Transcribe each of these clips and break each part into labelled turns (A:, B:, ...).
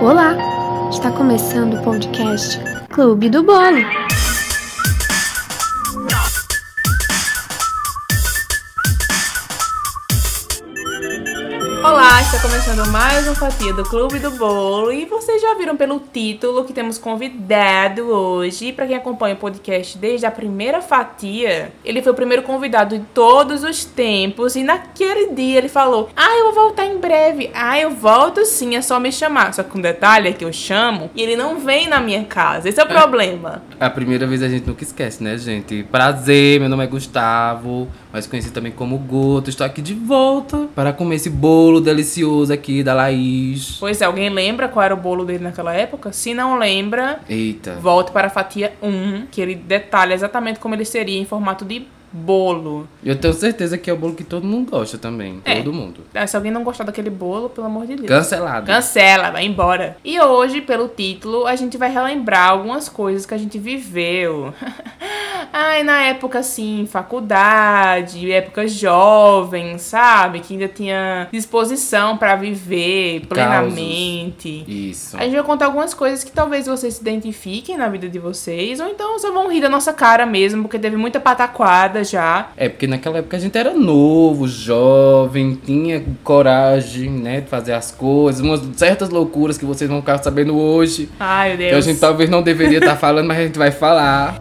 A: Olá! Está começando o podcast Clube do Bolo.
B: Olá, está começando mais um fatia do Clube do Bolo e vocês já viram pelo título que temos convidado hoje. Para quem acompanha o podcast desde a primeira fatia, ele foi o primeiro convidado de todos os tempos e naquele dia ele falou: "Ah, eu vou voltar em breve. Ah, eu volto sim, é só me chamar". Só que um detalhe é que eu chamo e ele não vem na minha casa. Esse é o problema.
C: A primeira vez a gente nunca esquece, né, gente? Prazer, meu nome é Gustavo, mas conhecido também como Guto. Estou aqui de volta para comer esse bolo delicioso aqui da Laís.
B: Pois é, alguém lembra qual era o bolo dele naquela época? Se não lembra,
C: Eita.
B: Volte para a fatia 1, que ele detalha exatamente como ele seria em formato de bolo.
C: Eu tenho certeza que é o bolo que todo mundo gosta também.
B: É.
C: Todo mundo.
B: Ah, Se alguém não gostar daquele bolo, pelo amor de Deus.
C: Cancelado.
B: Cancela, vai embora. E hoje, pelo título, a gente vai relembrar algumas coisas que a gente viveu. Ai, na época assim, faculdade, época jovem, sabe? Que ainda tinha disposição pra viver plenamente.
C: Isso.
B: A gente vai contar algumas coisas que talvez vocês se identifiquem na vida de vocês, ou então só vão rir da nossa cara mesmo, porque teve muita pataquada já.
C: É, porque naquela época a gente era novo, jovem, tinha coragem, né, de fazer as coisas, umas certas loucuras que vocês vão ficar sabendo hoje.
B: Ai, meu
C: Que Então a
B: Deus.
C: gente talvez não deveria estar falando, mas a gente vai falar.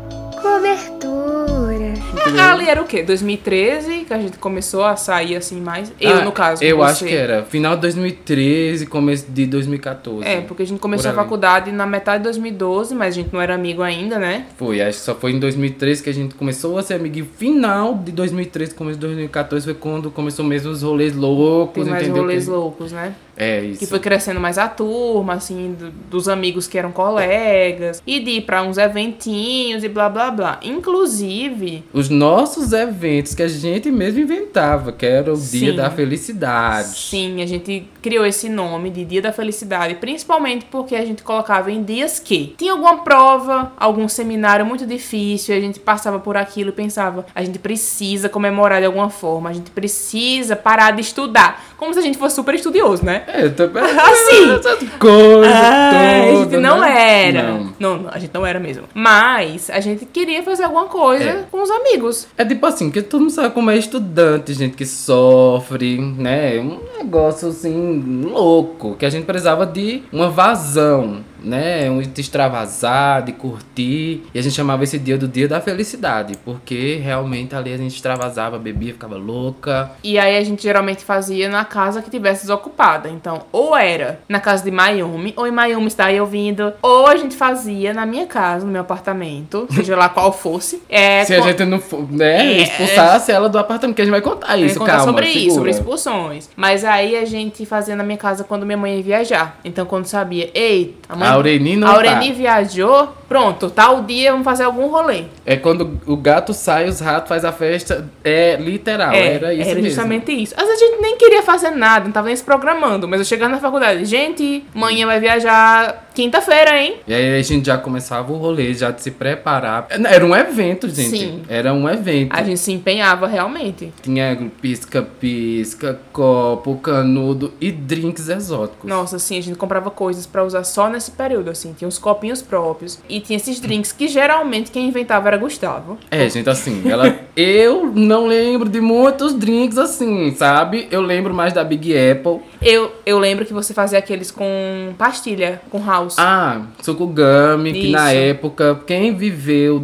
A: Cobertura.
C: entendeu?
B: Ah, Ali era o quê? 2013 que a gente começou a sair assim mais. Eu,
C: Ah,
B: no caso. com
C: Eu
B: você.
C: acho que era final de 2013, começo de 2014.
B: É, porque a gente começou
C: Por
B: a
C: ali.
B: faculdade na metade de 2012, mas a gente não era amigo ainda, né?
C: Foi, acho que só foi em 2013 que a gente começou a ser amiguinho. Final de 2013, começo de 2014 foi quando começou mesmo os rolês loucos,
B: Tem mais
C: entendeu?
B: rolês
C: Que-
B: loucos, né?
C: É, isso.
B: Que foi crescendo mais a turma, assim, do- dos amigos que eram colegas, e de ir pra uns eventinhos e blá blá blá. Inclusive,
C: Os nossos eventos que a gente mesmo inventava, que era o Dia
B: Sim.
C: da Felicidade.
B: Sim, a gente criou esse nome de Dia da Felicidade, principalmente porque a gente colocava em dias que tinha alguma prova, algum seminário muito difícil, e a gente passava por aquilo e pensava, a gente precisa comemorar de alguma forma, a gente precisa parar de estudar. Como se a gente fosse super estudioso, né?
C: É, eu tô
B: Assim.
C: Essas coisas
B: Ah, a
C: todas,
B: gente não
C: né?
B: era.
C: Não.
B: Não. não, a gente não era mesmo. Mas a gente queria fazer alguma coisa
C: É.
B: com os amigos.
C: É tipo assim, porque todo mundo sabe como é estudante, gente que sofre, né? É Um negócio assim, louco, que a gente precisava de uma vazão, né? Um de extravasar, de curtir. E a gente chamava esse dia do dia da felicidade, porque realmente ali a gente extravasava, bebia, ficava louca.
B: E aí a gente geralmente fazia na casa que tivesse desocupada. Então, ou era na casa de Mayumi, ou em Mayumi está aí ouvindo, ou a gente fazia na minha casa, no meu apartamento, seja lá qual fosse. É,
C: Se a
B: com-
C: gente não for, né, expulsasse ela do apartamento, que a gente vai contar
B: é,
C: isso,
B: contar
C: calma,
B: sobre isso, sobre
C: segura.
B: expulsões. Mas aí a gente fazia na minha casa quando minha mãe ia viajar. Então, quando sabia, eita, a mãe.
C: A Aureni não
B: a
C: tá.
B: Aureni viajou, pronto, tal dia vamos fazer algum rolê.
C: É quando o gato sai, os ratos faz a festa. É literal, era isso mesmo.
B: justamente isso. Às vezes a gente nem queria fazer nada, não tava nem se programando, mas eu chegava na faculdade, gente, manhã vai viajar quinta-feira, hein?
C: E aí a gente já começava o rolê, já de se preparar. Era um evento, gente.
B: Sim.
C: Era um evento.
B: A gente se empenhava realmente.
C: Tinha pisca-pisca, copo, canudo e drinks exóticos.
B: Nossa, assim, a gente comprava coisas pra usar só nesse período, assim. Tinha uns copinhos próprios e tinha esses drinks que geralmente quem inventava era Gustavo.
C: É, gente, assim, ela. eu não lembro de muitos drinks assim, sabe? Eu lembro mais da Big Apple.
B: Eu, eu lembro que você fazia aqueles com pastilha, com house.
C: Ah, Sukugami, que na
B: Isso.
C: época, quem viveu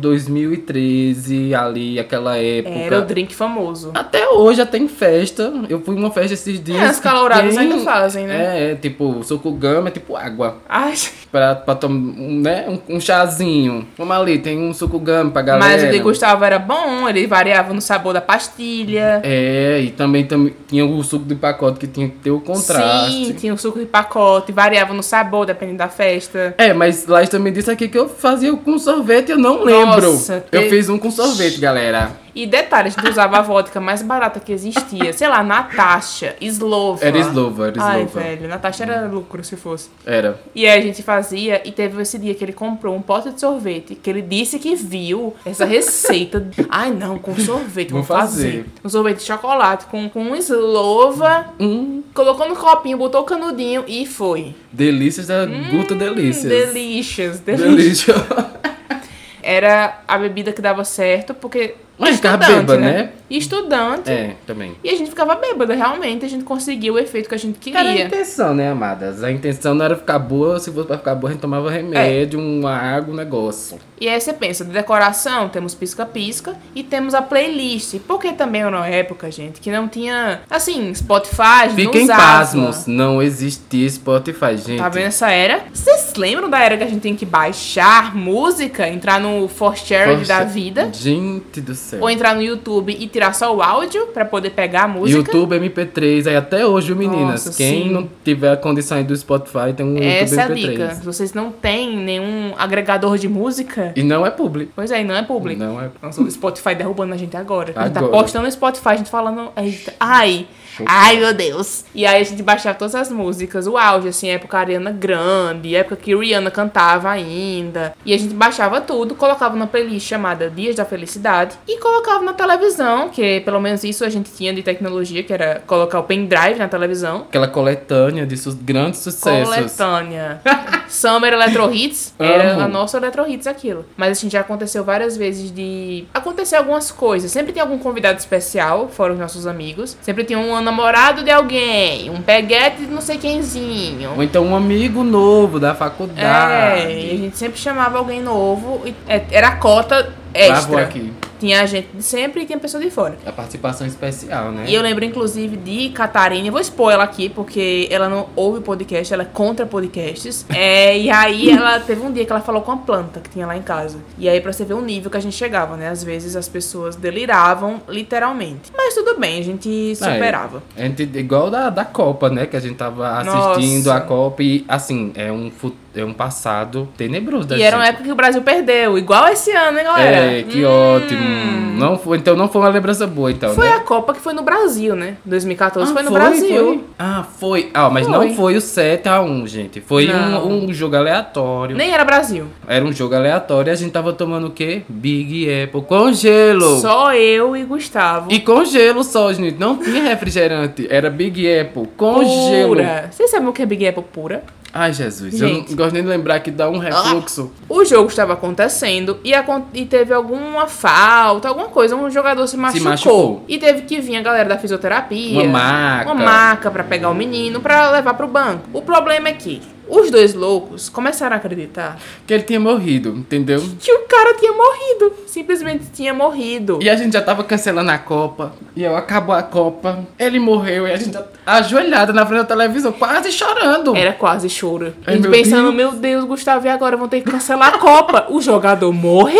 C: 2013 ali, aquela época.
B: era o drink famoso.
C: Até hoje, até em festa. Eu fui em uma festa esses dias.
B: É, as
C: que
B: caloradas
C: tem-
B: ainda fazem, né?
C: Ah, É, é, tipo, sucugama é tipo água.
B: Ai,
C: Pra, pra tomar um, né, um, um chazinho. Vamos ali, tem um sucugama pra galera.
B: mas o de Gustavo era bom, ele variava no sabor da pastilha.
C: É, e também, também tinha o suco de pacote que tinha que ter o contraste.
B: Sim, tinha o suco de pacote, variava no sabor, dependendo da festa.
C: É, mas Laís também disse aqui que eu fazia com sorvete, eu não lembro.
B: Nossa,
C: eu
B: te-
C: fiz um com sorvete, galera.
B: E detalhe, a gente usava a vodka mais barata que existia. Sei lá, Natasha, Slova.
C: Era Slova, era
B: Ai,
C: Slova.
B: velho, Natasha era lucro se fosse.
C: Era.
B: E aí a gente fazia, e teve esse dia que ele comprou um pote de sorvete, que ele disse que viu essa receita. Ai, não, com sorvete,
C: Vou
B: vou fazer.
C: fazer.
B: Um sorvete de chocolate com, com eslova,
C: Hum,
B: colocou no copinho, botou o canudinho e foi.
C: delícias da
B: Hum,
C: Guto Delícias.
B: Delicious, delicious.
C: Delícia.
B: Era a bebida que dava certo, porque.
C: Mas ficava
B: estudante,
C: bêbada, né?
B: E Estudante.
C: É, também.
B: E a gente ficava bêbada, realmente, a gente conseguia o efeito que a gente
C: Era a
B: queria.
C: intenção, né, amadas? A intenção não era ficar boa, se fosse pra ficar boa, a gente tomava
B: É.
C: remédio, uma água, um negócio.
B: E aí você pensa, de decoração temos pisca-pisca e temos a playlist. Porque também era uma época, gente, que não tinha, assim, Spotify, a gente não
C: Fiquem
B: usava.
C: pasmos, não existia Spotify, gente.
B: Tá vendo essa era? Vocês lembram da era que a gente tem que baixar música, entrar no For Sharing
C: Força-
B: da vida?
C: Gente do céu.
B: Ou então entrar no YouTube e tirar só o áudio pra poder pegar a música?
C: YouTube MP3, aí até hoje, viu, meninas.
B: Nossa,
C: Quem
B: sim.
C: não tiver a condição aí do Spotify tem um
B: Essa é a
C: YouTube MP3.
B: dica. Se vocês não têm nenhum agregador de música,
C: E não é público.
B: pois aí, não é público.
C: Não é.
B: Nossa, o Spotify derrubando a gente agora. A gente tá
C: Agora.
B: postando no Spotify, a gente falando. a gente tá- ai! Ai, meu Deus! E aí a gente baixava todas as músicas, o auge, assim, época Ariana Grande, época que Rihanna cantava ainda. E a gente baixava tudo, colocava na playlist chamada Dias da Felicidade e colocava na televisão, que pelo menos isso a gente tinha de tecnologia, que era colocar o pendrive na televisão.
C: Aquela coletânea de sus- grandes sucessos.
B: Coletânea. Summer Electro Hits era
C: Amo.
B: a nossa Electro Hits aquilo. Mas assim, já aconteceu várias vezes de acontecer algumas coisas. Sempre tem algum convidado especial, fora os nossos amigos. Sempre tem um namorado de alguém, um peguete de não sei quemzinho.
C: Ou então um amigo novo da
B: É, e a
C: faculdade.
B: gente sempre chamava alguém novo e é, era a cota
C: Travou
B: É, extra.
C: aqui.
B: Tinha a gente de sempre e tinha pessoa de fora.
C: A participação especial, né?
B: E eu lembro, inclusive, de Catarina. Eu vou expor ela aqui, porque ela não ouve podcast, ela é contra podcasts. É, e aí ela teve um dia que ela falou com a planta que tinha lá em casa. E aí, pra você ver o nível que a gente chegava, né? Às vezes as pessoas deliravam, literalmente. Mas tudo bem, a gente
C: Ah, é.
B: superava.
C: A gente, igual da, da Copa, né? Que a gente tava assistindo
B: Nossa.
C: a Copa e, assim, é um, fu- é um passado tenebroso É, da
B: E era uma
C: gente.
B: época que o Brasil perdeu, igual esse ano, hein, galera? Hum.
C: É, que ótimo. Não foi, então não foi uma lembrança boa, então,
B: Foi
C: né?
B: a Copa que foi no Brasil, né? 2014
C: Ah,
B: foi no Brasil.
C: foi? Ah, foi. Ah, mas
B: Foi.
C: não foi o 7x1, gente. Foi
B: Não.
C: um, um jogo aleatório.
B: Nem era Brasil.
C: Era um jogo aleatório e a gente tava tomando o quê? Big Apple com gelo.
B: Só eu e Gustavo.
C: E com gelo só, gente. Não tinha refrigerante. Era Big Apple com gelo.
B: pura. Vocês sabem o que é Big Apple pura?
C: Ai, Jesus.
B: Gente.
C: Eu não gosto nem de lembrar que dá um refluxo.
B: O jogo estava acontecendo e, acon- e teve alguma falta, alguma coisa. Um jogador se machucou,
C: machucou.
B: E teve que vir a galera da fisioterapia.
C: Uma maca.
B: Uma maca pra pegar o menino pra levar pro banco. O problema é que os dois loucos começaram a acreditar
C: Que ele tinha morrido, entendeu?
B: que o cara tinha morrido. Simplesmente tinha morrido.
C: E a gente já tava cancelando a Copa. E eu acabou a Copa. Ele morreu e a gente tá ajoelhada na frente da televisão, quase chorando.
B: Era quase choro. A
C: Ai,
B: gente
C: meu
B: pensando,
C: Deus.
B: meu Deus, Gustavo, e agora vão ter que cancelar a Copa. o jogador morreu.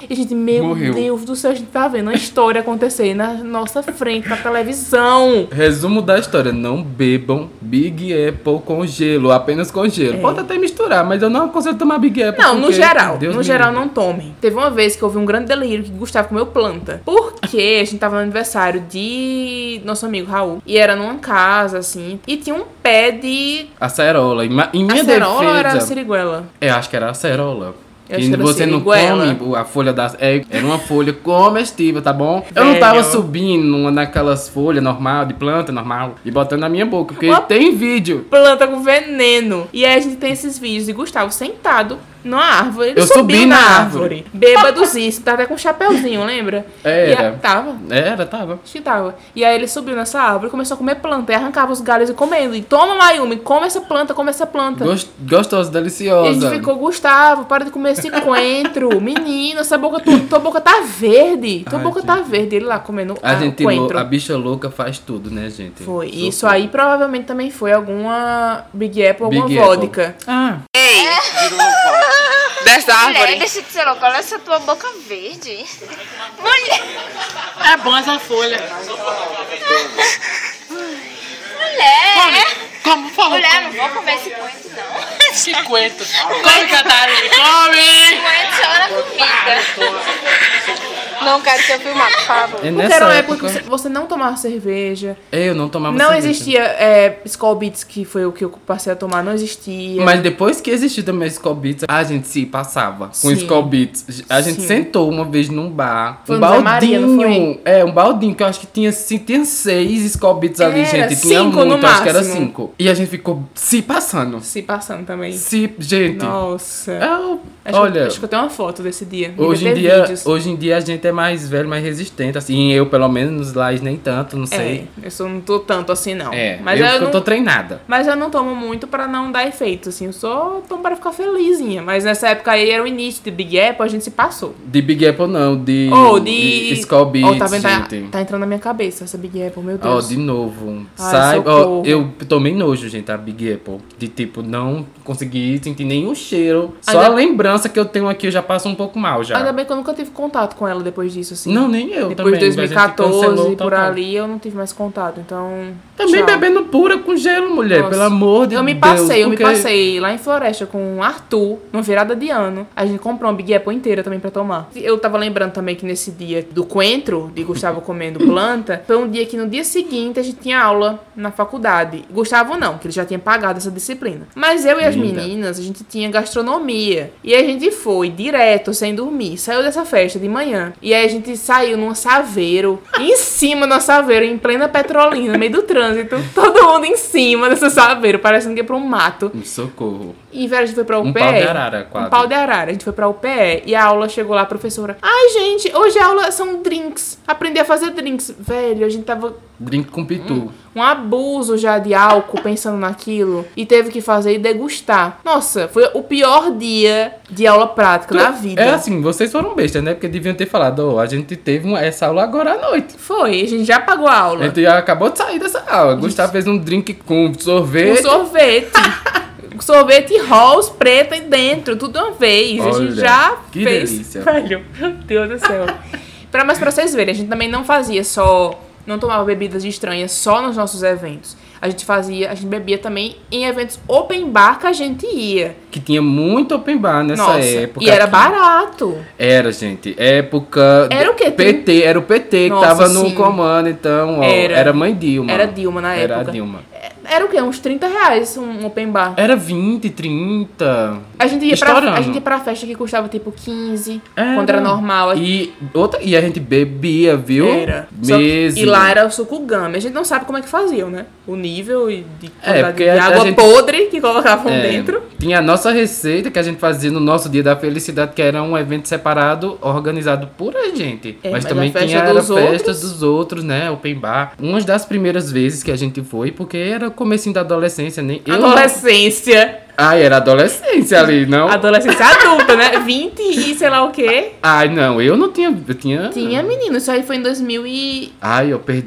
B: E a gente, meu
C: Morreu.
B: Deus do céu, a gente tá vendo a história acontecer na nossa frente, na televisão.
C: Resumo da história: não bebam Big Apple com gelo, apenas com gelo.
B: É.
C: Pode até misturar, mas eu não aconselho tomar Big Apple.
B: Não, no
C: porque,
B: geral.
C: Deus
B: no
C: me
B: geral,
C: livre.
B: não tomem. Teve uma vez que houve um grande delírio que Gustavo comeu planta. Porque a gente tava no aniversário de nosso amigo Raul. E era numa casa, assim. E tinha um pé de.
C: Acerola. Em, ma- em minha
B: acerola ou era assim,
C: defesa.
B: siriguela?
C: Eu acho que era acerola.
B: Eu acho que
C: Que
B: era
C: você não
B: siriguela.
C: come a folha da. É, era uma folha comestível, tá bom? Eu não tava
B: Velho.
C: subindo numa- naquelas folhas normal, de planta normal, e botando na minha boca, porque
B: Uma-
C: tem vídeo.
B: Planta com veneno. E aí a gente tem esses vídeos de Gustavo sentado numa árvore. Ele
C: Eu
B: subiu
C: subi
B: na
C: na
B: árvore. Bêbadosíssimo. Tava até com um chapeuzinho, lembra?
C: Era.
B: E a- tava.
C: Era, tava.
B: Acho que tava. E aí ele subiu nessa árvore e começou a comer planta. E arrancava os galhos e comendo. E toma, Mayumi, come essa planta, come essa planta.
C: Gost- Gostosa,
B: E a
C: deliciosa.
B: Tá. gente ficou, Gustavo, para de comer esse coentro. Menino, essa boca, tu, tua boca tá verde. Tua
C: Ai,
B: boca tá verde. Ele lá comendo
C: A
B: ah,
C: gente,
B: o
C: lou-
B: coentro.
C: a bicha louca faz tudo, né, gente?
B: Foi.
C: Socorro.
B: Isso aí provavelmente também foi alguma Big Apple, alguma
C: Big Apple.
B: vodka.
C: Ah,
B: Dessa
D: Mulher, deixa de ser louca. Olha essa tua boca verde. Mulher,
E: É bom essa folha. Come,
D: mulher.
E: come, por favor.
D: Mulher, não vou comer esse coentro, não.
E: 50. Come, Catarina, come!
D: Coentro só na comida. Não quero ser filmado, por favor.
C: É
B: Porque
C: nessa
B: era uma época
C: época.
B: que você- você não tomava cerveja,
C: Eu não tomava
B: não
C: cerveja.
B: existia é, Skull Beats, que foi o que eu passei a tomar, não existia.
C: Mas depois que existiu também o Skull Beats, a gente se passava com
B: Sim.
C: o Skull Beats. A gente
B: Sim.
C: sentou uma vez num bar.
B: Foi
C: um
B: no Zé Maria, não
C: baldinho.
B: foi?
C: É, um baldinho que eu acho que tinha, assim, tinha seis Skull Beats ali,
B: Era,
C: gente. Tinha
B: cinco
C: muito,
B: no
C: acho que era
B: máximo.
C: cinco. E a gente ficou se passando.
B: Se passando também.
C: Se, gente.
B: Nossa.
C: é o-
B: Acho,
C: olha.
B: que, acho que eu tenho uma foto desse dia. Devia
C: Hoje em,
B: ter
C: dia,
B: vídeos.
C: hoje em dia a gente é mais velho, mais resistente, assim, eu pelo menos, lá nem tanto, não sei.
B: É, eu só não tô tanto assim, não.
C: É,
B: mas
C: eu,
B: eu,
C: porque eu
B: não,
C: tô treinada.
B: mas eu não tomo muito pra não dar efeito, assim. Eu só tomo pra ficar felizinha. Mas nessa época aí era o início de Big Apple, a gente se passou.
C: De Big Apple não, de,
B: Ou Oh, de.
C: Skull Beats,
B: Ó, tá, vendo? Tá-
C: gente.
B: tá entrando na minha cabeça essa Big Apple, meu
C: Ó,
B: Deus.
C: de novo.
B: Ai,
C: Sai, ó,
B: socorro.
C: eu tomei nojo, gente, a Big Apple. De tipo, não consegui sentir nenhum cheiro. Só
B: Ainda-
C: a lembrança que eu tenho aqui, eu já passo um pouco mal já.
B: Ainda bem que eu nunca tive contato com ela depois disso, assim.
C: Não, nem eu
B: Depois de
C: também. a gente cancelou
B: 2014, por
C: total.
B: ali, eu não tive mais contato, então.
C: Também
B: tchau.
C: bebendo pura com gelo, mulher,
B: Nossa.
C: pelo amor de
B: Eu
C: Deus.
B: me passei, eu me
C: porque-
B: passei lá em Floresta com o Arthur, numa virada de ano. A gente comprou uma Big Apple inteira também pra tomar. Eu tava lembrando também que nesse dia do coentro, de Gustavo comendo planta, foi um dia que no dia seguinte a gente tinha aula na faculdade. Gustavo não, que ele já tinha pagado essa disciplina. Mas eu e as
C: Linda.
B: meninas, a gente tinha gastronomia. E a gente foi direto, sem dormir. Saiu dessa festa de manhã. E aí a gente saiu numa Saveiro, em cima da Saveiro, em plena Petrolina, no meio do trânsito. Todo mundo em cima dessa Saveiro, parecendo que ia pra um mato.
C: Socorro.
B: E, velho, a gente foi pra UPE.
C: Um pau de arara, quase.
B: Um pau de arara. A gente foi pra UPE e a aula chegou lá, a professora. Ai, gente, hoje a aula são drinks. Aprender a fazer drinks. Velho, a gente tava
C: Drink com pitu.
B: um abuso já de álcool pensando naquilo e teve que fazer e degustar. Nossa, foi o pior dia de aula prática da vida.
C: É assim, vocês foram bestas, né? Porque deviam ter falado, ó, a gente teve uma- essa aula agora à noite.
B: Foi, a gente já pagou a
C: A
B: aula.
C: gente acabou de sair dessa aula. Gustavo fez um drink com
B: Um
C: sorvete.
B: sorvete. sorvete rolls preta e dentro, tudo de uma vez. a gente
C: Olha,
B: já
C: que
B: fez.
C: delícia.
B: Velho, meu Deus do céu. pra, mas pra vocês verem, a gente também não fazia só. Não tomava bebidas estranhas só nos nossos eventos. A gente fazia, a gente bebia também em eventos open bar que a gente ia.
C: Que tinha muito open bar nessa
B: Nossa,
C: época.
B: e era
C: aqui.
B: barato.
C: Era, gente. Época.
B: Era o quê?
C: PT, era o PT
B: Nossa,
C: que tava no
B: sim.
C: comando, então, ó.
B: Era.
C: Era, mãe Dilma.
B: Era Dilma na
C: Era a
B: época.
C: Dilma.
B: Era o quê? Uns 30 reais um open bar.
C: Era 20, 30.
B: A gente ia, pra,
C: Estourando.
B: a gente ia pra festa que custava tipo 15,
C: Era.
B: quando era normal.
C: E, outra, e a gente bebia, viu?
B: Era. Só que-
C: Mesmo.
B: e lá era o suco gama. A gente não sabe como é que faziam, né? O nível e de,
C: É,
B: quantidade
C: porque
B: de
C: a- a
B: água
C: gente-
B: podre que colocavam
C: É,
B: dentro.
C: Tinha a nossa receita que a gente fazia no nosso Dia da Felicidade, que era um evento separado, organizado por a gente.
B: É, mas
C: mas
B: a
C: também
B: festa
C: tinha era
B: dos outros-
C: festas dos outros, né? Open bar. Uma das primeiras vezes que a gente foi, porque era o comecinho da adolescência, nem eu.
B: Adolescência.
C: Ai, era adolescência ali, não?
B: Adolescência adulta, né? 20 e sei lá o quê.
C: Ai, não, eu não tinha. Eu tinha.
B: Tinha, menino. Isso aí foi em 2000 e...
C: Ai, eu per-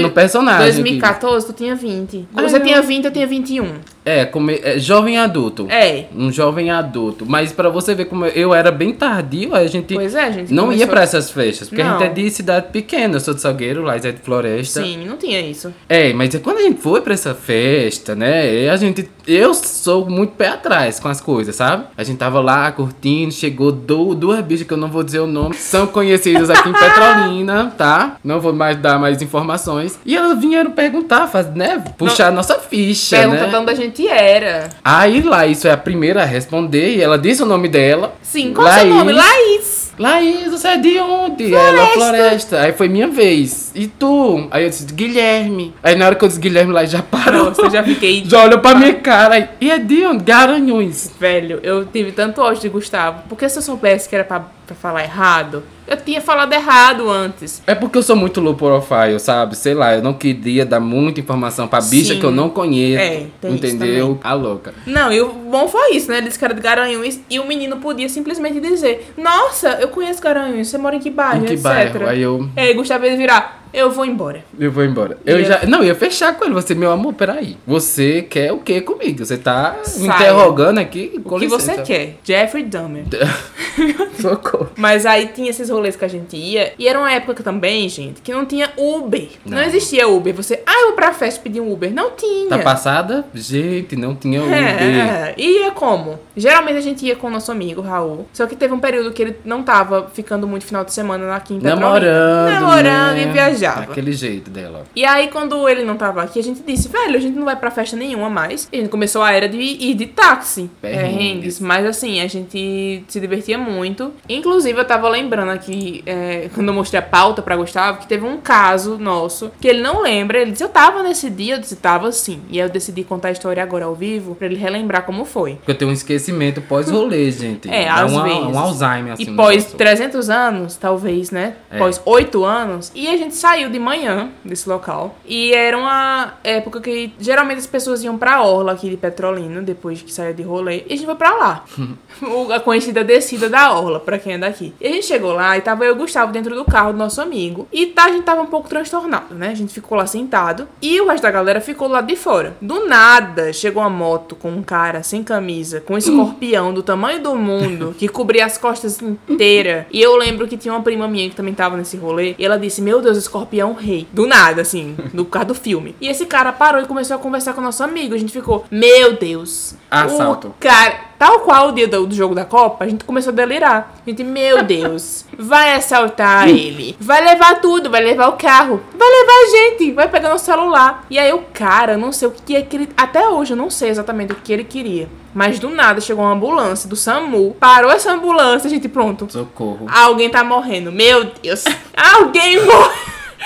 B: 2000
C: no personagem.
B: 2014, tu tinha 20.
C: Ah,
B: Você
C: não.
B: tinha 20, eu tinha 21.
C: aqui. É, come... é, jovem adulto.
B: É.
C: Um jovem adulto. Mas pra você ver como eu era bem tardio, a gente.
B: Pois é, gente.
C: Não ia
B: começou-
C: pra essas festas, porque a
B: Não.
C: gente é de cidade pequena. Eu sou de Salgueiro, lá é de Floresta.
B: Sim, não tinha isso.
C: É, mas quando a gente foi pra essa festa, né? A gente. Eu sou muito pé atrás com as coisas, sabe? A gente tava lá curtindo, chegou do- duas bichas que eu não vou dizer o nome, são conhecidas aqui em Petrolina, tá? Não vou mais dar mais informações. E elas vieram perguntar, faz, né? Puxar a nossa ficha,
B: Pergunta de
C: né?
B: onde a gente era.
C: Aí lá, isso é a primeira a responder, e ela disse o nome dela.
B: Sim, qual é o seu nome? Laís.
C: Laís, você é de onde? Ela, floresta. Aí foi minha vez. E tu? Aí eu disse, Guilherme. Aí na hora que eu disse Guilherme, Laís já parou.
B: Nossa, eu já fiquei.
C: Já olhou pra minha cara. aí, E é de onde? Garanhuns.
B: Velho, eu tive tanto ódio de Gustavo. Porque se eu soubesse que era pra, pra falar errado, eu tinha falado errado antes.
C: É porque eu sou muito low profile, sabe? Sei lá, eu não queria dar muita informação pra bicha
B: Sim.
C: que eu não conheço.
B: É, tem isso
C: entendeu? A louca.
B: Não, e o bom foi isso, né? Ele disse que era de Garanhuns e o menino podia simplesmente dizer: Nossa, eu conheço Garanhuns, você mora em que bairro?
C: em que
B: etc.
C: bairro? Aí eu.
B: É, Gustavo ia virar: Eu vou embora.
C: Eu vou embora. Eu
B: Ia-
C: já. Não, ia fechar com ele. Você, meu amor, peraí. Você quer o que comigo? Você tá me
B: Saia.
C: interrogando aqui?
B: O que você quer? Jeffrey Dahmer.
C: Socorro.
B: Mas aí tinha esses rolês que a gente ia. E era uma época que também, gente, que não tinha Uber. Não,
C: Não.
B: existia Uber. Você, ah, eu vou pra festa pedir um Uber. Não tinha.
C: Tá passada? Gente, não tinha um Uber.
B: É, ia como? Geralmente a gente ia com o nosso amigo, Raul. Só que teve um período que ele não tava ficando muito final de semana na quinta.
C: Namorando.
B: Namorando
C: né?
B: e viajava.
C: Daquele jeito dela.
B: E aí, quando ele não tava aqui, a gente disse, velho, a gente não vai pra festa nenhuma mais. E a gente começou a era de ir de táxi.
C: Perrengues.
B: Perrengues. Mas assim, a gente se divertia muito. Inclusive, eu tava lembrando aqui, é, quando eu mostrei a pauta pra Gustavo, que teve um caso nosso que ele não lembra. Ele disse, eu tava nesse dia, eu disse, tava sim. E aí eu decidi contar a história agora ao vivo pra ele relembrar como foi.
C: Porque eu tenho um esquecimento pós-rolê, gente.
B: É,
C: Dá
B: às
C: um,
B: vezes.
C: um Alzheimer, assim.
B: e
C: no
B: pós
C: negócio.
B: 300 anos, talvez, né?
C: É.
B: Pós 8 anos. E a gente saiu de manhã desse local. E era uma época que geralmente as pessoas iam pra Orla aqui de Petrolina, depois que saía de rolê. E a gente foi pra lá. O- a conhecida descida da Orla, pra quem é daqui. E a gente chegou lá e tava eu e o Gustavo dentro do carro do nosso amigo. E tá, a gente tava um pouco transtornado, né? A gente ficou lá sentado. E o resto da galera ficou lá de fora. Do nada, chegou uma moto com um cara sem camisa, com um escorpião do tamanho do mundo, que cobria as costas inteira. E eu lembro que tinha uma prima minha que também tava nesse rolê. E ela disse: Meu Deus, escorpião rei. Do nada, assim, do carro do filme. E esse cara parou e começou a conversar com o nosso amigo. A gente ficou: Meu Deus.
C: Assalto.
B: O cara, tal qual o dia do, do jogo da Copa, a gente começou a delirar. A gente, meu Deus, vai assaltar ele. Vai levar tudo, vai levar o carro, vai levar a gente, vai pegar nosso celular. E aí o cara, eu não sei o que é que ele. Até hoje eu não sei exatamente o que ele queria. Mas do nada chegou uma ambulância do SAMU. Parou essa ambulância, a gente, pronto.
C: Socorro.
B: Alguém tá morrendo. Meu Deus. Alguém morreu.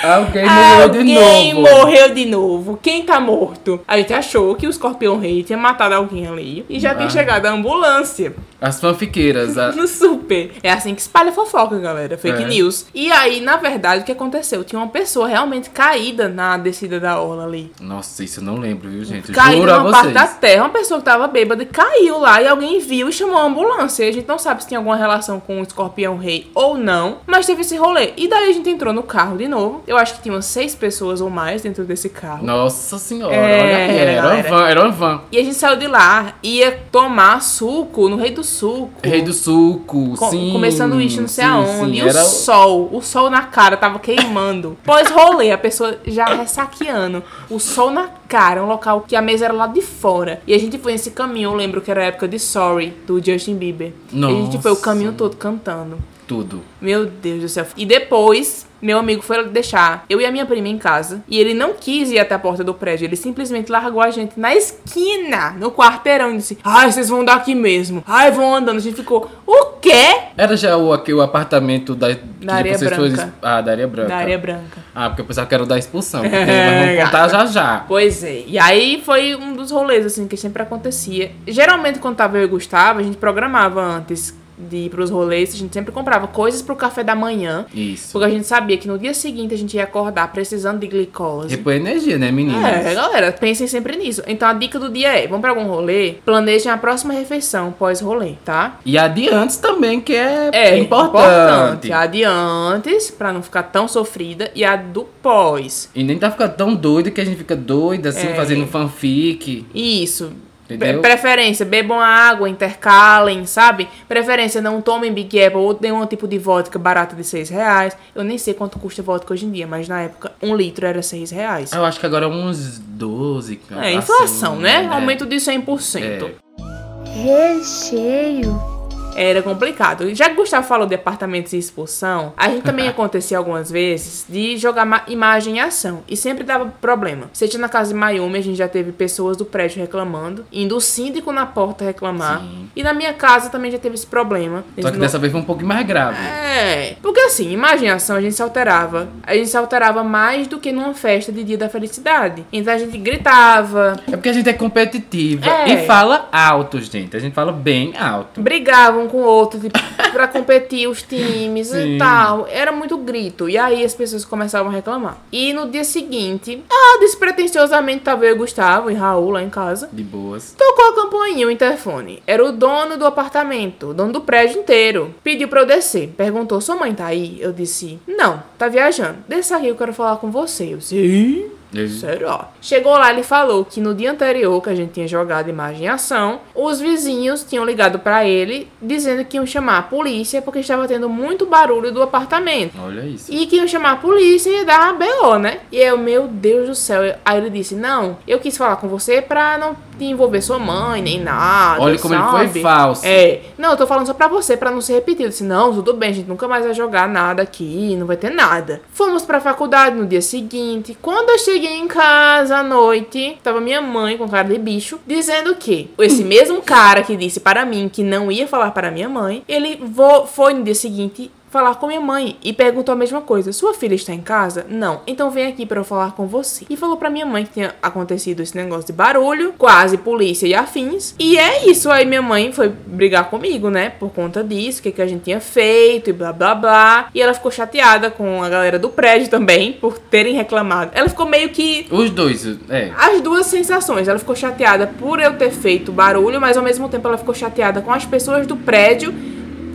C: Alguém morreu de novo.
B: Ah, Alguém morreu de novo. Quem tá morto? A gente achou que o escorpião rei tinha matado alguém ali e já tinha
C: Ah.
B: chegado a ambulância
C: As fanfiqueiras. a-
B: no super. É assim que espalha fofoca, galera. Fake
C: É.
B: news. E aí, na verdade, o que aconteceu? Tinha uma pessoa realmente caída na descida da orla ali.
C: Nossa, isso eu não lembro, viu, gente?
B: Caiu
C: Juro a
B: numa parte
C: vocês.
B: da terra, uma pessoa que tava bêbada e caiu lá e alguém viu e chamou a ambulância. E a gente não sabe se tem alguma relação com o escorpião rei ou não, mas teve esse rolê. E daí a gente entrou no carro de novo. Eu acho que tinha umas seis pessoas ou mais dentro desse carro.
C: Nossa senhora,
B: É,
C: olha aí. Era uma
B: galera.
C: van, era uma van.
B: E a gente saiu de lá, ia tomar suco no Rei do Suco.
C: Rei do suco,
B: Co-
C: sim.
B: comer sanduíche, não sei
C: sim,
B: aonde.
C: sim,
B: e
C: era
B: o sol, o sol na cara, tava queimando. Pós rolê, a pessoa já ressaqueando. O sol na cara, um local que a mesa era lá de fora. E a gente foi nesse caminho, eu lembro que era a época de Sorry, do Justin Bieber. E a gente foi o
C: Nossa.
B: caminho todo cantando.
C: tudo.
B: Meu Deus do céu. E depois, meu amigo foi deixar eu e a minha prima em casa. E ele não quis ir até a porta do prédio. Ele simplesmente largou a gente na esquina, no quarteirão. E disse: Ai, vocês vão daqui mesmo. Ai, vão andando. A gente ficou: O quê?
C: Era já o, aqui, o apartamento da, que
B: Da Areia
C: vocês
B: Branca.
C: foram- ah, da Areia Branca.
B: Da areia branca.
C: Ah, porque eu pensava que era o da expulsão. porque
B: É,
C: Vamos contar já já.
B: Pois é. E aí foi um dos rolês, assim, que sempre acontecia. Geralmente, quando tava eu e Gustavo, a gente programava antes de ir pros rolês. A gente sempre comprava coisas pro café da manhã.
C: Isso.
B: Porque a gente sabia que no dia seguinte a gente ia acordar precisando de glicose.
C: Repõe energia, né, meninas?
B: É, galera, pensem sempre nisso. Então a dica do dia é: vão pra algum rolê, planejem a próxima refeição pós-rolê, tá?
C: E a de antes também, que é,
B: É
C: importante.
B: A de antes, pra não ficar tão sofrida, e a do pós.
C: E nem tá ficando tão doido que a gente fica doida, assim,
B: É.
C: fazendo fanfic.
B: Isso.
C: Entendeu?
B: Pre- Preferência, bebam água, intercalem, sabe? Preferência, não tomem Big Apple ou nenhum tipo de vodka barata de 6 reais. Eu nem sei quanto custa vodka hoje em dia, mas na época um litro era 6 reais.
C: Ah, Eu acho que agora é uns 12. cara,
B: é, inflação,
C: assim,
B: né? Aumento de 100%.
C: É.
A: Recheio.
B: Era complicado. Já que o Gustavo falou de apartamentos e expulsão, a gente também acontecia algumas vezes de jogar ma- imagem em ação. E sempre dava problema. Seja na casa de Mayumi, a gente já teve pessoas do prédio reclamando, indo o síndico na porta reclamar.
C: Sim.
B: E na minha casa também já teve esse problema.
C: Só que
B: Eles não-
C: dessa vez foi um pouco mais grave.
B: assim. é, porque assim, imagem a ação, a gente se alterava. A gente se alterava mais do que numa festa de dia da felicidade. Então a gente gritava,
C: É porque a gente é competitiva
B: É.
C: e fala alto, gente. A gente fala bem alto.
B: brigavam um com o outro, tipo, pra competir os times
C: Sim.
B: e tal. Era muito grito. E aí as pessoas começavam a reclamar. E no dia seguinte, ah, despretensiosamente tava eu e Gustavo e Raul lá em casa.
C: De boas.
B: Tocou a campainha, o interfone. Era o dono do apartamento, o dono do prédio inteiro. Pediu pra eu descer. Perguntou: sua mãe tá aí? Eu disse: não, tá viajando. Desça aqui, eu quero falar com você. Eu disse: "Ih, Será? Chegou lá, ele falou que no dia anterior que a gente tinha jogado imagem em ação, os vizinhos tinham ligado pra ele dizendo que iam chamar a polícia porque estava tendo muito barulho do apartamento.
C: Olha isso.
B: E que iam chamar a polícia e ia dar uma BO, né? E eu, meu Deus do céu. eu- Aí ele disse: Não, eu quis falar com você pra não te envolver sua mãe, nem nada.
C: Olha como ele foi
B: sabe?"
C: falso.
B: É, não, eu tô falando só pra você, pra não ser repetido. Eu disse, não, tudo bem, a gente nunca mais vai jogar nada aqui, não vai ter nada. Fomos pra faculdade no dia seguinte. Quando eu cheguei em casa à noite, tava minha mãe com cara de bicho, dizendo que esse mesmo cara que disse para mim que não ia falar para minha mãe, ele vo- foi no dia seguinte falar com minha mãe e perguntou a mesma coisa. Sua filha está em casa? Não. Então vem aqui para eu falar com você. E falou para minha mãe que tinha acontecido esse negócio de barulho, quase polícia e afins. E é isso. Aí minha mãe foi brigar comigo, né? Por conta disso, o que, que a gente tinha feito e blá blá blá. E ela ficou chateada com a galera do prédio também por terem reclamado. Ela ficou meio que
C: Os dois, é.
B: as duas sensações. Ela ficou chateada por eu ter feito barulho, mas ao mesmo tempo ela ficou chateada com as pessoas do prédio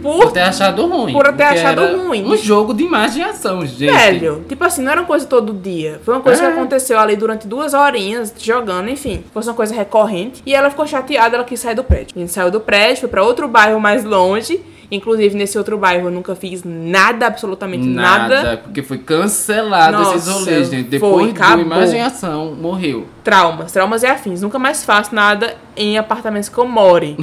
B: por
C: Por ter achado ruim.
B: Por eu ter
C: porque
B: achado
C: era
B: ruim.
C: Um jogo de imagem e ação, gente.
B: Velho, tipo assim, não era uma coisa todo dia. Foi uma coisa
C: É.
B: que aconteceu ali durante duas horinhas, jogando, enfim. Foi uma coisa recorrente. E ela ficou chateada, ela quis sair do prédio. A gente saiu do prédio, foi pra outro bairro mais longe. Inclusive, nesse outro bairro eu nunca fiz nada, absolutamente nada.
C: Nada, porque foi cancelado esses
B: Nossa,
C: rolês, gente.
B: foi,
C: Depois do
B: acabou.
C: Imagem e Ação, morreu.
B: Traumas, traumas e afins. Nunca mais faço nada em apartamentos que eu more.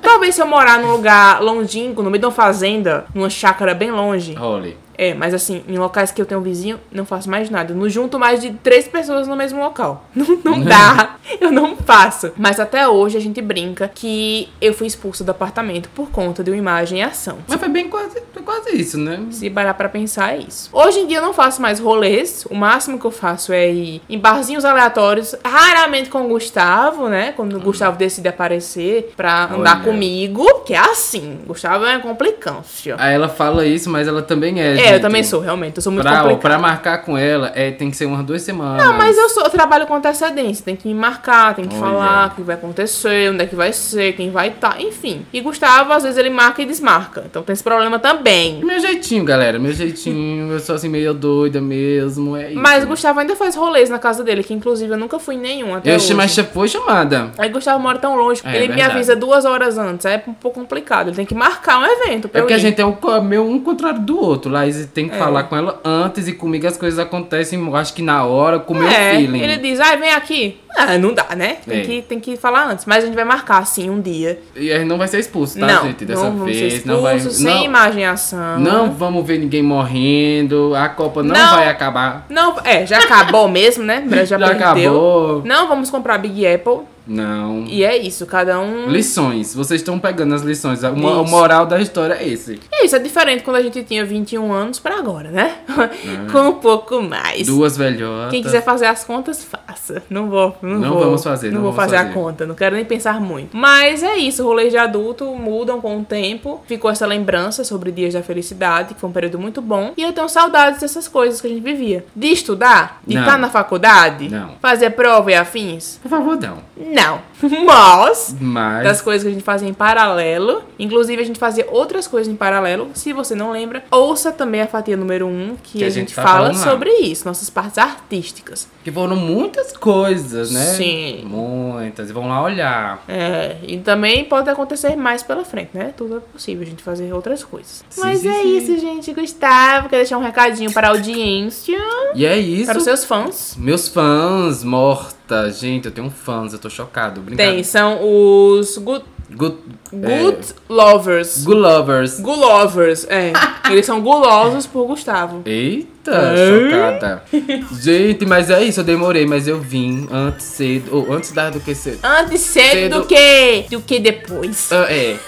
B: Talvez se eu morar num lugar longínquo, no meio de uma fazenda, numa chácara bem longe.
C: Olha,
B: É, mas assim, em locais que eu tenho vizinho, não faço mais nada. Eu Não junto mais de três pessoas no mesmo local. Não, não
C: Uhum.
B: dá. Eu não faço. Mas até hoje a gente brinca que eu fui expulsa do apartamento por conta de uma imagem e ação.
C: mas foi bem quase, foi quase isso, né?
B: Se parar pra pensar, é isso. Hoje em dia eu não faço mais rolês. O máximo que eu faço é ir em barzinhos aleatórios, raramente com o Gustavo, né? Quando o Gustavo decide aparecer pra andar
C: Uhum. Olha.
B: comigo, que é assim. Gustavo é complicância.
C: Aí ela fala isso, mas ela também é.
B: É, eu
C: gente.
B: também sou, realmente. Eu sou muito
C: Pra,
B: complicada.
C: pra marcar com ela, é, tem que ser umas duas semanas.
B: Não, Ah, mas eu, sou, eu trabalho com antecedência, tem que me marcar, tem que
C: Olha.
B: falar o que vai acontecer, onde é que vai ser, quem vai estar, enfim. E Gustavo, às vezes, ele marca e desmarca. Então tem esse problema também.
C: Meu jeitinho, galera. Meu jeitinho. Eu sou assim meio doida mesmo. É isso.
B: Mas Gustavo ainda faz rolês na casa dele, que inclusive eu nunca fui em nenhum até
C: Eu
B: hoje.
C: achei mais foi chamada.
B: Aí Gustavo mora tão longe,
C: É,
B: ele me
C: verdade.
B: avisa duas horas antes. Aí é um pouco complicado. Ele tem que marcar um evento pra
C: É porque
B: eu É.
C: a
B: ir.
C: gente é o co- meio um contrário do outro. Lá Izzy tem que falar com ela antes e comigo as coisas acontecem, eu acho que na hora, com o meu
B: é,
C: um feeling.
B: ele diz, ai, vem aqui. Ah, não dá, né? Tem,
C: É.
B: que, tem que falar antes. Mas a gente vai marcar, assim, um dia.
C: E aí não vai ser expulso, tá,
B: não,
C: gente? Dessa
B: não vamos
C: vez.
B: ser expulsos,
C: não vai.
B: sem
C: não,
B: imagem e ação.
C: não vamos ver ninguém morrendo. A Copa não,
B: Não.
C: vai acabar.
B: Não, é, já acabou mesmo, né? Já,
C: Já,
B: perdeu.
C: acabou.
B: Não vamos comprar Big Apple.
C: Não.
B: E é isso, cada um.
C: Lições. Vocês estão pegando as lições. O mo- o
B: Isso.
C: moral da história é esse.
B: É isso, é diferente quando a gente tinha 21 anos pra agora, né? Com um pouco mais.
C: É. Duas velhotas.
B: Quem quiser fazer as contas, faça. Não vou. Não,
C: Não
B: vou,
C: vamos fazer,
B: Não,
C: não
B: vou
C: vamos
B: fazer,
C: fazer.
B: a conta. Não quero nem pensar muito. Mas é isso. Rolês de adulto mudam com o tempo. Ficou essa lembrança sobre Dias da Felicidade, que foi um período muito bom. E eu tenho saudades dessas coisas que a gente vivia. De estudar? De
C: Não.
B: estar na faculdade?
C: Não.
B: Fazer prova e afins?
C: Por favor, não.
B: Não. Mas.
C: Mas.
B: Das coisas que a gente fazia em paralelo. Inclusive, a gente fazia outras coisas em paralelo. Se você não lembra, ouça também a fatia número 1, um, que, a, gente,
C: tá
B: fala
C: falando lá.
B: sobre isso, nossas partes artísticas.
C: Que foram muitas coisas, né?
B: Sim.
C: Muitas. E vão lá olhar.
B: É, e também pode acontecer mais pela frente, né? Tudo é possível a gente fazer outras coisas.
C: Sim,
B: Mas
C: sim,
B: é
C: sim.
B: isso, gente. Gustavo, quer deixar um recadinho para a audiência,
C: E é isso.
B: para os seus fãs.
C: Meus fãs, morta. Gente, eu tenho fãs, eu tô chocado.
B: Tem,
C: Brincadeira.
B: são os Good,
C: Good, É.
B: good Lovers.
C: good lovers.
B: Gulovers, é. Eles são gulosos por Gustavo.
C: Eita. Eita, chocada. Gente, mas é isso, eu demorei, mas eu vim antes cedo, ou antes da do que cedo.
B: Antes cedo,
C: Cedo.
B: do que do que depois.
C: Ah, é.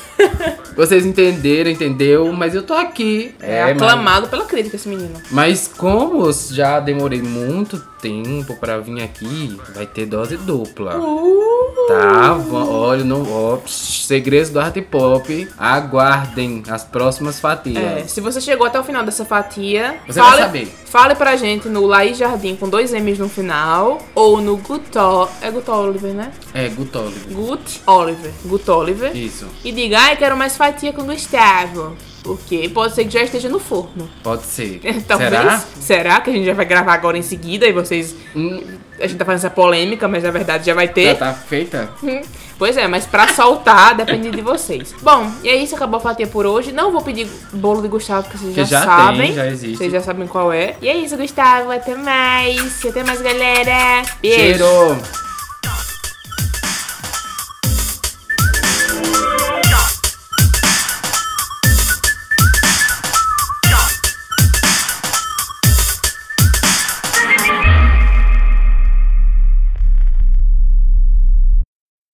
C: Vocês entenderam, entendeu? Mas eu tô aqui.
B: É,
C: mas-
B: aclamado pela crítica esse menino.
C: Mas como eu já demorei muito tempo pra vir aqui, vai ter dose dupla. Tá, va- olha, não, ó, psh, segredos do art pop. Aguardem as próximas
B: É,
C: fatias.
B: se você chegou até o final dessa fatia,
C: Você vai saber.
B: fale pra gente no Laís Jardim com dois M's no final ou no Gutó. É Gutó Oliver, né?
C: É, gutólogo.
B: Gut Oliver. Gut Oliver.
C: Isso.
B: E diga, ai, quero mais fatia com o Gustavo. Porque pode ser que já esteja no forno.
C: Pode ser.
B: Talvez.
C: Será?
B: Será que a gente já vai gravar agora em seguida e vocês.
C: Hum,
B: A gente tá fazendo essa polêmica, mas na verdade já vai ter.
C: já tá feita?
B: Hum, Pois é, mas pra soltar depende de vocês. Bom, e é isso, acabou a fatia por hoje. Não vou pedir bolo de Gustavo, porque vocês
C: Que
B: já,
C: já tem,
B: sabem.
C: já existe.
B: Vocês já sabem qual é. E é isso, Gustavo. Até mais. Até mais, galera. Beijo.
C: Cheiro.